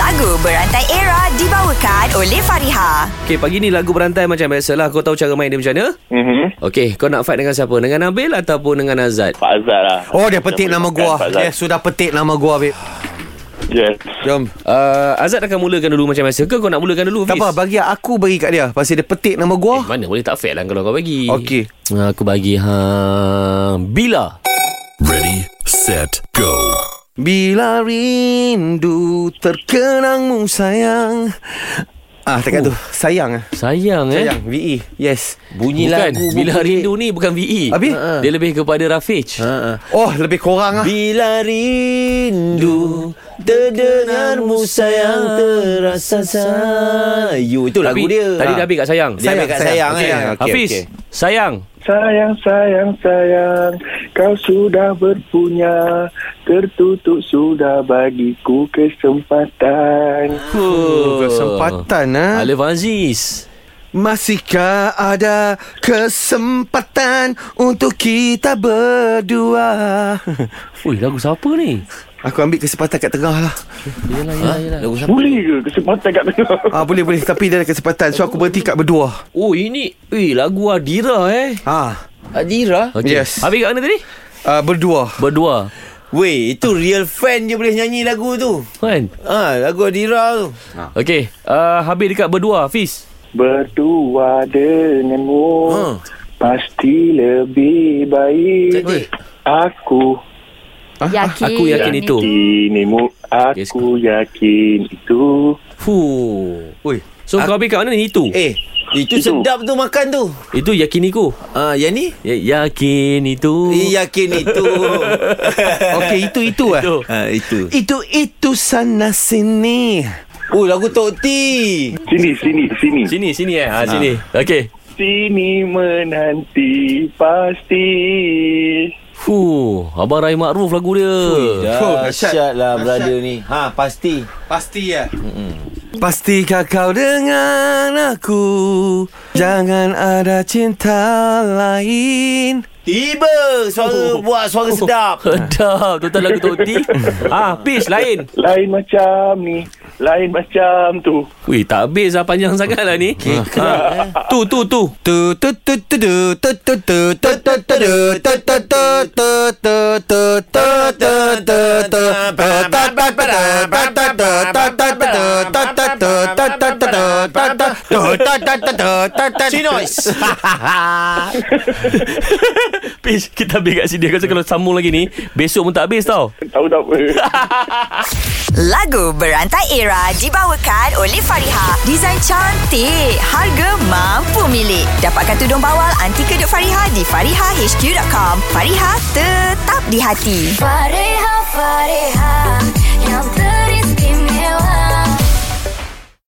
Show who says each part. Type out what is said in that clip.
Speaker 1: Lagu Berantai Era dibawakan oleh Fariha.
Speaker 2: Okay, pagi ni lagu berantai macam biasalah. Kau tahu cara main dia macam mana?
Speaker 3: Mm-hmm.
Speaker 2: Okay, kau nak fight dengan siapa? Dengan Nabil ataupun dengan Azad?
Speaker 3: Pak Azad lah.
Speaker 4: Oh dia petik
Speaker 3: boleh
Speaker 4: nama
Speaker 3: makan,
Speaker 4: gua
Speaker 3: Pak Azad.
Speaker 4: Dia sudah petik nama gua babe
Speaker 3: Yes.
Speaker 4: Jom
Speaker 2: Uh, Azad akan mulakan dulu macam biasa ke kau nak mulakan dulu?
Speaker 4: Tak
Speaker 2: Fiz?
Speaker 4: apa bagi aku bagi kat dia Pasal dia petik nama
Speaker 2: Eh,
Speaker 4: gua
Speaker 2: mana boleh tak fair lah kalau kau bagi.
Speaker 4: Okey.
Speaker 2: Uh, aku bagi ha bila.
Speaker 5: Ready, set, go.
Speaker 4: Bila rindu terkenangmu sayang Ah dekat tu Sayang ah.
Speaker 2: Sayang, Oh. eh.
Speaker 4: Sayang VE Yes
Speaker 2: Bunyi bukan. lagu Bila Ha. Rindu ni bukan VE.
Speaker 4: Habis?
Speaker 2: Ha. Dia lebih kepada Rafiq.
Speaker 4: Oh lebih kurang ah
Speaker 2: Ah, Bila rindu terdengarmu sayang terasa sayu. Itu lagu dia. Tadi dah habis kat sayang.
Speaker 4: Dia ambil kat sayang, eh.
Speaker 2: Okey, Hafiz, okay. sayang.
Speaker 6: Sayang, sayang, sayang, kau sudah berpunya, tertutup sudah bagiku kesempatan.
Speaker 2: Oh,
Speaker 4: Kesempatan ah
Speaker 2: Alif Aziz.
Speaker 4: Masihkah ada kesempatan untuk kita berdua?
Speaker 2: Ui, lagu siapa ni?
Speaker 4: Aku ambil kesempatan kat tengah lah.
Speaker 2: Yalah, yalah, yalah. Ha? Lagu siapa?
Speaker 6: Boleh ke kesempatan kat tengah?
Speaker 4: Ah boleh boleh tapi dia ada kesempatan so aku berhenti kat berdua.
Speaker 2: Oh, ini eh lagu Adira eh.
Speaker 4: Ha.
Speaker 7: Adira
Speaker 2: Okey.
Speaker 4: Yes.
Speaker 2: Habis kat mana tadi?
Speaker 4: Uh, berdua.
Speaker 2: Berdua.
Speaker 7: Weh itu real fan je boleh nyanyi lagu tu
Speaker 2: Kan?
Speaker 7: Ha lagu Adira tu
Speaker 2: Okey, uh, habis dekat berdua, Hafiz.
Speaker 6: Berdua denganmu,
Speaker 4: Ha.
Speaker 6: pasti lebih baik.
Speaker 7: Cantik.
Speaker 6: Aku
Speaker 8: Yakin.
Speaker 2: Aku yakin itu.
Speaker 6: ini mu, aku yakin itu.
Speaker 2: Fuh.
Speaker 7: Oi
Speaker 2: So kau habis kat mana ni itu?
Speaker 7: Eh itu,
Speaker 6: Itu.
Speaker 7: sedap tu makan tu
Speaker 2: Itu yakiniku.
Speaker 7: Ha yang ni
Speaker 2: Ya, yakin itu.
Speaker 7: Eh, yakin itu
Speaker 4: Okey itu itu eh.
Speaker 2: Itu.
Speaker 7: Ha itu
Speaker 4: Itu itu sana sini.
Speaker 7: Oh lagu Tok T
Speaker 6: Sini, sini, sini.
Speaker 2: Sini sini eh. Ha sini. Okey.
Speaker 6: Sini menanti pasti.
Speaker 2: Fuh, Abang Rai Makruf lagu dia.
Speaker 7: Dahsyat Ah, lah brother ni Ha pasti
Speaker 4: Pasti ya. Pastikah kau dengan aku Jangan ada cinta lain
Speaker 7: Tiba suara buat suara sedap
Speaker 2: Sedap Tuan lagu Toti Ah, Habis lain
Speaker 6: Lain macam ni, lain macam tu.
Speaker 2: Weh tak habis lah Panjang sangat lah ni ha. Tu tu tu
Speaker 4: Tu tu tu tu du, tu tu tu tu tu tu du, tu tu tu tu tu tu tu tu tu tu.
Speaker 7: Sinois
Speaker 2: Habis Kita habis kat sini Aku rasa kalau sambung lagi ni Besok pun tak habis tau
Speaker 6: Tahu tak apa.
Speaker 1: Lagu Berantai Era dibawakan oleh Fariha. Desain cantik, harga mampu milik. Dapatkan tudung bawal anti kedut Fariha di farihahq.com. Fariha tetap di hati.
Speaker 9: Fareha, Fareha.